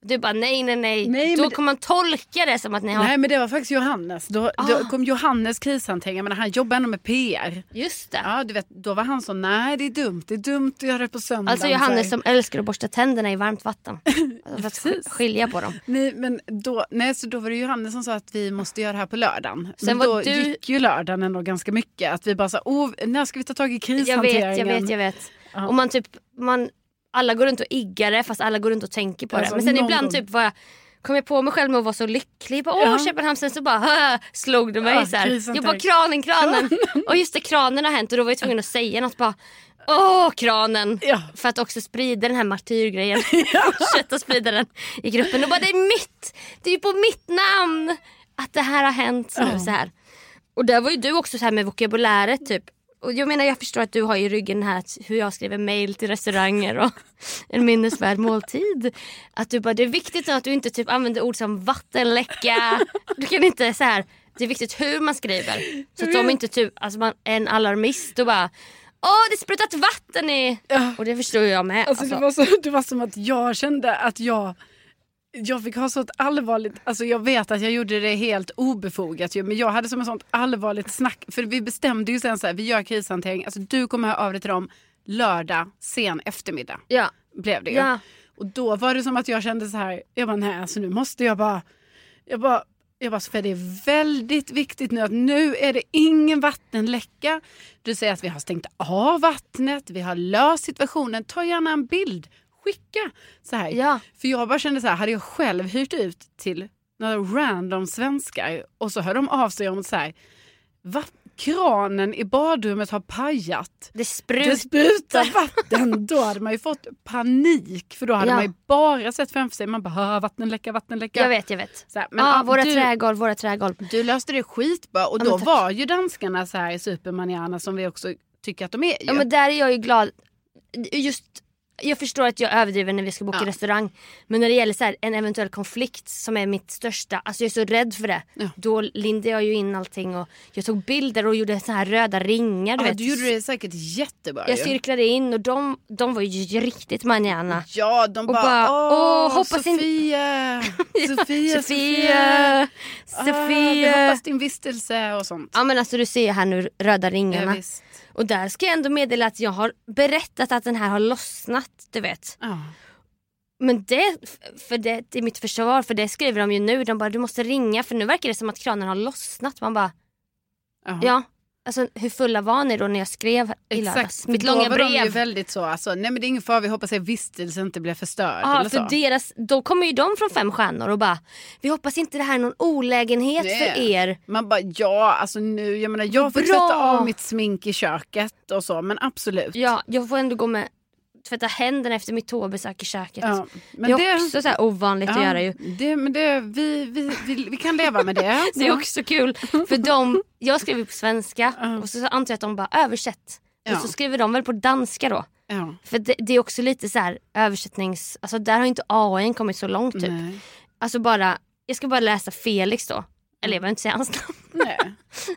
B: Du bara, nej nej nej.
A: Nej,
B: Då
A: men-
B: kommer man tolka det som att ni har...
A: Nej men det var faktiskt Johannes, då,
B: Ah.
A: då kom Johannes krishantering, jag menar, han jobbar ändå med PR.
B: Just det.
A: Ja, du vet, då var han så, nej det är dumt, det är dumt att göra det på söndagen.
B: Alltså
A: Så här.
B: Johannes som älskar att borsta tänderna i varmt vatten. Alltså, för att sk-
A: Precis.
B: skilja på dem.
A: Nej, men då, nej, så då var det Johannes som sa att vi måste göra det här på lördagen.
B: Sen
A: Sen
B: var
A: men då
B: du-
A: gick ju lördagen ändå ganska mycket. Att vi bara sa, oh, när ska vi ta tag i
B: Jag
A: krishanteringen?
B: vet, jag vet, jag vet.
A: Ja.
B: Och man typ, man, alla går runt och iggar det fast alla går runt och tänker på
A: Alltså,
B: det. Men sen
A: någon
B: ibland
A: gång-
B: typ var jag, kom jag på mig själv med att vara så lycklig. Bara, Åh
A: Ja.
B: Köpenhamn, sen så bara "Hö", slog det mig.
A: Ja,
B: så här.
A: krisen
B: Jag bara
A: tack.
B: kranen, kranen. och just det kranen har hänt och då var jag tvungen att säga något bara. Åh kranen!
A: Ja.
B: För att också sprida den här martyrgrejen. Fortsätta sprida den i gruppen. Och bara det är mitt! Det är ju på mitt namn att det här har hänt nu. Så här. Och där var ju du också så här med vokabuläret typ. Och jag menar jag förstår att du har i ryggen den här att hur jag skriver mail till restauranger och en minnesvärd måltid. Att du bara det är viktigt att du inte typ använder ord som vattenläcka. Du kan inte så här. Det är viktigt hur man skriver. Så att de inte typ, alltså man är en alarmist och bara Åh det sprutat vatten i... Och det förstår jag med.
A: Alltså,
B: alltså.
A: Det, var så, det var som att jag kände att jag, jag fick ha så ett allvarligt, alltså jag vet att jag gjorde det helt obefogat ju, men jag hade som ett sånt allvarligt snack, för vi bestämde ju sen så här, vi gör krishantering, alltså du kommer höra av dig till dem lördag sen eftermiddag.
B: Ja.
A: blev det ju.
B: Ja.
A: Och då var det som att jag kände så här, jag bara nej alltså nu måste jag bara, jag bara, jag bara Sofia det är väldigt viktigt nu att nu är det ingen vattenläcka. Du säger att vi har stängt av vattnet, vi har löst situationen, ta gärna en bild, skicka. Så här.
B: Ja.
A: För jag bara kände så här, hade jag själv hyrt ut till några random svenskar och så hör de av sig om så här, va? kranen i badrummet har pajat.
B: Det
A: Det
B: sprutar.
A: sprutar vatten. Då hade man ju fått panik för då hade
B: Ja.
A: man ju bara sett framför sig. Man bara "Ah, vattenläcka, vattenläcka.
B: Jag vet, jag vet.
A: Så här, men,
B: Men, ah,
A: ja,
B: våra
A: du,
B: trägolv, våra trägolv.
A: du löste det skitbra och
B: Ja,
A: då
B: men tack.
A: var ju danskarna så här supermaniana som vi också tycker att de är ju.
B: Ja men där är jag ju glad. Just, jag förstår att jag överdriver när vi ska boka
A: Ja.
B: restaurang. Men när det gäller så här, en eventuell konflikt som är mitt största, alltså jag är så rädd för det.
A: Ja.
B: Då lindade jag ju in allting och jag tog bilder och gjorde så här röda ringar. Du
A: Ja,
B: vet.
A: du gjorde det säkert jättebra
B: jag
A: ju.
B: cirklade in och de, de var ju riktigt manjana.
A: Ja, de
B: Och
A: bara,
B: bara,
A: åh,
B: "Åh, hoppas inte-"
A: Sofia, Sofia, Sofia,
B: Sofia!
A: Ah, vi
B: Sofia!
A: hoppas din vistelse och sånt.
B: Ja men alltså du ser här nu röda
A: ja,
B: ringarna.
A: visst.
B: och där ska jag ändå meddela att jag har berättat att den här har lossnat, du vet.
A: Ja.
B: Men det, för det, det är mitt försvar, för det skriver de ju nu. De bara du måste ringa för nu verkar det som att kranen har lossnat. Man bara
A: Ja.
B: ja. Alltså hur fulla var ni då när jag skrev i lördags?
A: Mm. Exakt,
B: Mitt
A: då
B: långa
A: var de ju
B: brev.
A: väldigt så, alltså, nej men det är ingen fara, vi hoppas att vistelsen inte blir förstörd
B: Ja,
A: eller så.
B: för deras, då kommer ju de från fem stjärnor och bara vi hoppas inte det här är någon olägenhet för
A: Nej.
B: er.
A: Man bara ja, alltså nu, jag menar jag fick
B: Bra.
A: sätta av mitt smink i köket och så, men absolut.
B: Ja, jag får ändå gå med tvätta händerna efter mitt toabesök i köket.
A: Ja,
B: Men det är också så här ovanligt att
A: ja,
B: göra ju.
A: Det, men det, vi, vi, vi, vi kan leva med det.
B: Det är
A: så.
B: också kul. För de, jag skrev ju på svenska och så antar jag att de bara översätt.
A: Ja.
B: Och så skriver de väl på danska då.
A: ja.
B: För det, det är också lite så här översättnings... Alltså där har inte AI kommit så långt typ.
A: Nej.
B: Alltså bara, jag ska bara läsa Felix då. Eller jag behöver inte säga hans namn.
A: Nej.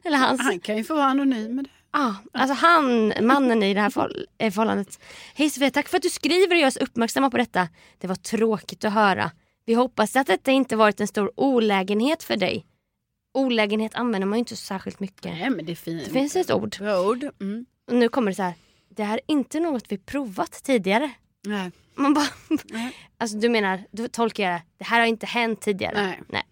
B: Eller hans.
A: Mm. Han kan ju få vara anonym med det.
B: Ah, alltså han, mannen i det här förhåll- eh, förhållandet. Hej Sofia, tack för att du skriver och gör oss uppmärksamma på detta. Det var tråkigt att höra. Vi hoppas att detta inte varit en stor olägenhet för dig. Olägenhet använder man ju inte särskilt mycket.
A: Nej men det är fint.
B: Det finns ett ord.
A: Bra ord. Mm.
B: Och nu kommer det så här. Det här är inte något vi provat tidigare.
A: Nej.
B: Man bara,
A: Nej.
B: alltså du menar, då tolkar jag det. Det här har inte hänt tidigare.
A: Nej.
B: Nej.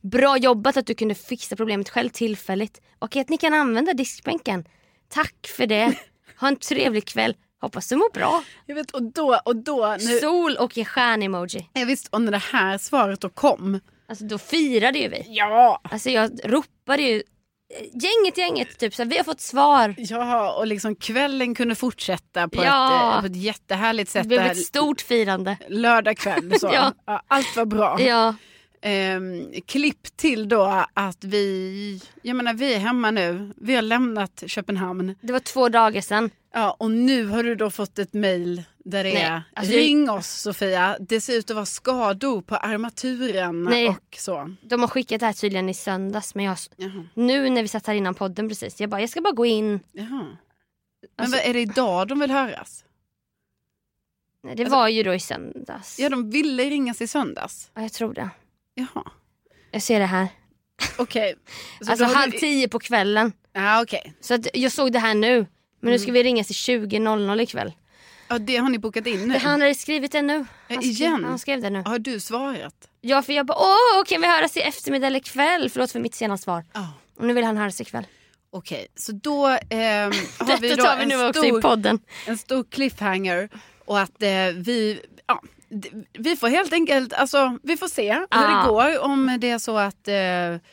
B: Bra jobbat att du kunde fixa problemet själv tillfälligt. Och att ni kan använda diskbänken. Tack för det. Ha en trevlig kväll. Hoppas du mår bra.
A: Jag vet, och då, och då, nu,
B: Sol och en stjärn-emoji.
A: ja, visst, och när det här svaret då kom.
B: Alltså då firade ju vi.
A: Ja.
B: Alltså jag ropade ju. eh, Gänget, gänget. Typ så här, vi har fått svar.
A: Ja, och liksom kvällen kunde fortsätta på,
B: Ja.
A: ett, eh, på ett jättehärligt
B: Det
A: sätt.
B: blev
A: där
B: ett stort firande.
A: Lördag kväll. Så.
B: Ja.
A: ja. allt var bra.
B: Ja,
A: ehm, klipp till då att vi, jag menar vi är hemma nu, vi har lämnat Köpenhamn
B: Det var två dagar sedan.
A: ja, och nu har du då fått ett mejl där det
B: Nej,
A: är
B: alltså det-
A: ring oss Sofia, det ser ut att vara skador på armaturen
B: Nej.
A: och så.
B: De har skickat det här tydligen i söndags men jag,
A: Jaha,
B: nu när vi satt här innan podden precis, jag bara jag ska bara gå in.
A: jaha. Men
B: Alltså-
A: vad är det idag de vill höras?
B: Nej, Det var ju då i söndags.
A: Alltså- Ja, de ville ringas i söndags.
B: Ja, jag tror det.
A: Jaha,
B: Jag ser det här.
A: okej. Så
B: alltså
A: då Alltså, har
B: halv
A: du-
B: tio på kvällen.
A: Ja, okej.
B: Så att jag såg det här nu. Men
A: Mm.
B: nu ska vi ringas i 20.00 ikväll.
A: Ja, det har ni bokat in nu.
B: Det, han hade skrivit det nu. Han skrev,
A: Mm. igen?
B: Han skrev det nu.
A: Har du svarat?
B: Ja för jag bara åh kan vi höras i eftermiddag eller kväll? Förlåt för mitt sena svar.
A: Ja.
B: Och nu vill han höras ikväll.
A: Okej, så då ehm, har vi
B: Detta
A: då
B: tar vi
A: en,
B: nu också i
A: stor,
B: podden.
A: en stor cliffhanger och att eh, vi, ja, d- vi får helt enkelt, alltså vi får se hur
B: Ja.
A: det går om det är så att eh,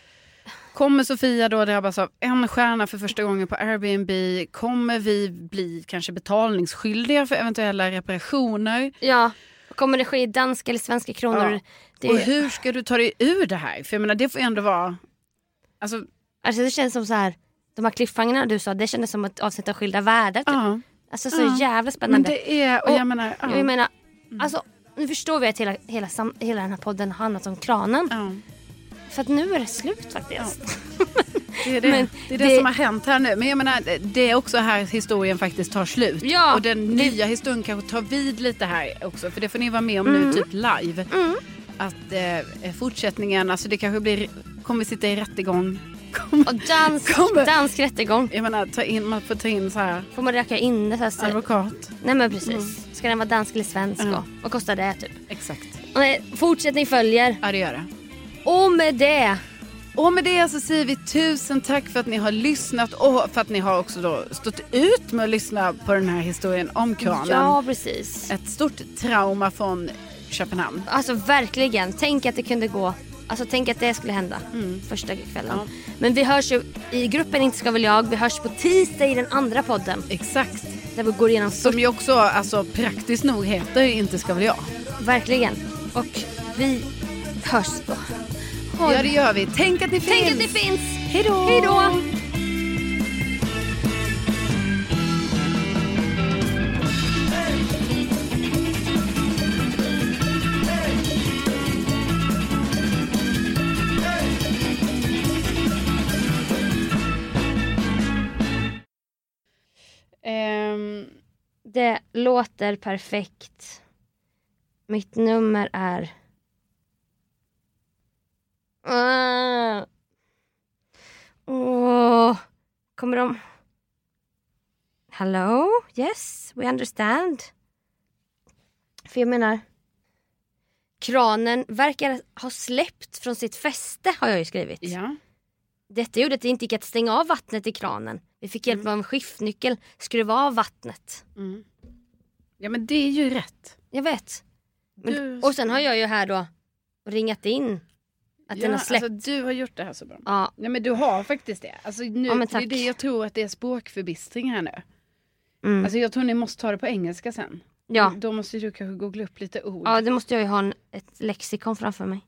A: Kommer Sofia då drabbas av en stjärna för första gången på Airbnb? Kommer vi bli kanske betalningsskyldiga för eventuella reparationer?
B: Ja. Kommer det ske i danska eller svenska kronor?
A: Ja.
B: Det,
A: Och hur ska du ta dig ur det här? För jag menar det får ju ändå vara... Alltså,
B: Alltså det känns som så här. De här cliffhangarna du sa, det kändes som ett avsnitt av Skilda Världar. Typ.
A: ja.
B: Alltså så
A: Ja.
B: jävla spännande.
A: Men det är... Och jag menar... Ja. Mm.
B: Jag menar, alltså, nu förstår vi att hela, hela, sam- hela den här podden har handlat om kranen.
A: ja.
B: För att nu är det slut faktiskt.
A: Det är det,
B: Men
A: det, är det,
B: det-
A: som har hänt här nu. Men jag menar, det är också här historien faktiskt tar slut.
B: Ja,
A: och den nya historien kanske tar vid lite här också. För det får ni vara med om nu
B: Mm.
A: typ live. Att eh, fortsättningen, alltså det kanske blir, kommer vi sitta i rättegång? Kommer,
B: Och dansk,
A: kommer,
B: dansk rättegång.
A: jag menar, ta in, man får ta in så här
B: Får man räkna in det så här. Så,
A: advokat.
B: nej men precis. Ska den vara dansk eller svensk?
A: Mm. Ja.
B: Och, vad kostar det typ?
A: Exakt.
B: Och, nej, fortsättning följer.
A: Ja, det gör det.
B: Och med det.
A: Och med det så säger vi tusen tack för att ni har lyssnat och för att ni har också då stått ut med att lyssna på den här historien om kranen.
B: Ja precis.
A: ett stort trauma från Köpenhamn.
B: Alltså verkligen. Tänk att det kunde gå. Alltså tänk att det skulle hända första kvällen. Men vi hörs ju i gruppen Inte ska väl jag. Vi hörs på tisdag i den andra podden.
A: Exakt.
B: Där vi går igenom
A: Som ju också alltså, praktiskt nog heter ju Inte ska väl jag.
B: Verkligen. Och vi hörs då.
A: Ja det gör vi. Tänk att ni finns.
B: Tänk att det finns!
A: Hejdå.
B: Hej då!
A: Ehm,
B: Det låter perfekt. Mitt nummer är... Ah. Åh, Kommer de... Hello? Yes, we understand. För jag menar... Kranen verkar ha släppt från sitt fäste har jag ju skrivit.
A: ja.
B: Detta gjorde att det inte gick att stänga av vattnet i kranen. Vi fick hjälp av en skiftnyckel, skruva av vattnet.
A: ja men det är ju rätt.
B: Jag vet. Men,
A: Du-
B: Och sen har jag ju här då ringat in att
A: ja,
B: den har släppt.
A: Alltså, du har gjort det här så bra.
B: Ja,
A: Nej men du har faktiskt det. Alltså, nu,
B: Ja, men
A: det är
B: tack.
A: det jag tror att det är språkförbistring här nu.
B: Mm.
A: Alltså jag tror ni måste ta det på engelska sen.
B: ja.
A: Då måste du kanske googla upp lite ord.
B: ja, det måste jag ju ha en, ett lexikon framför mig.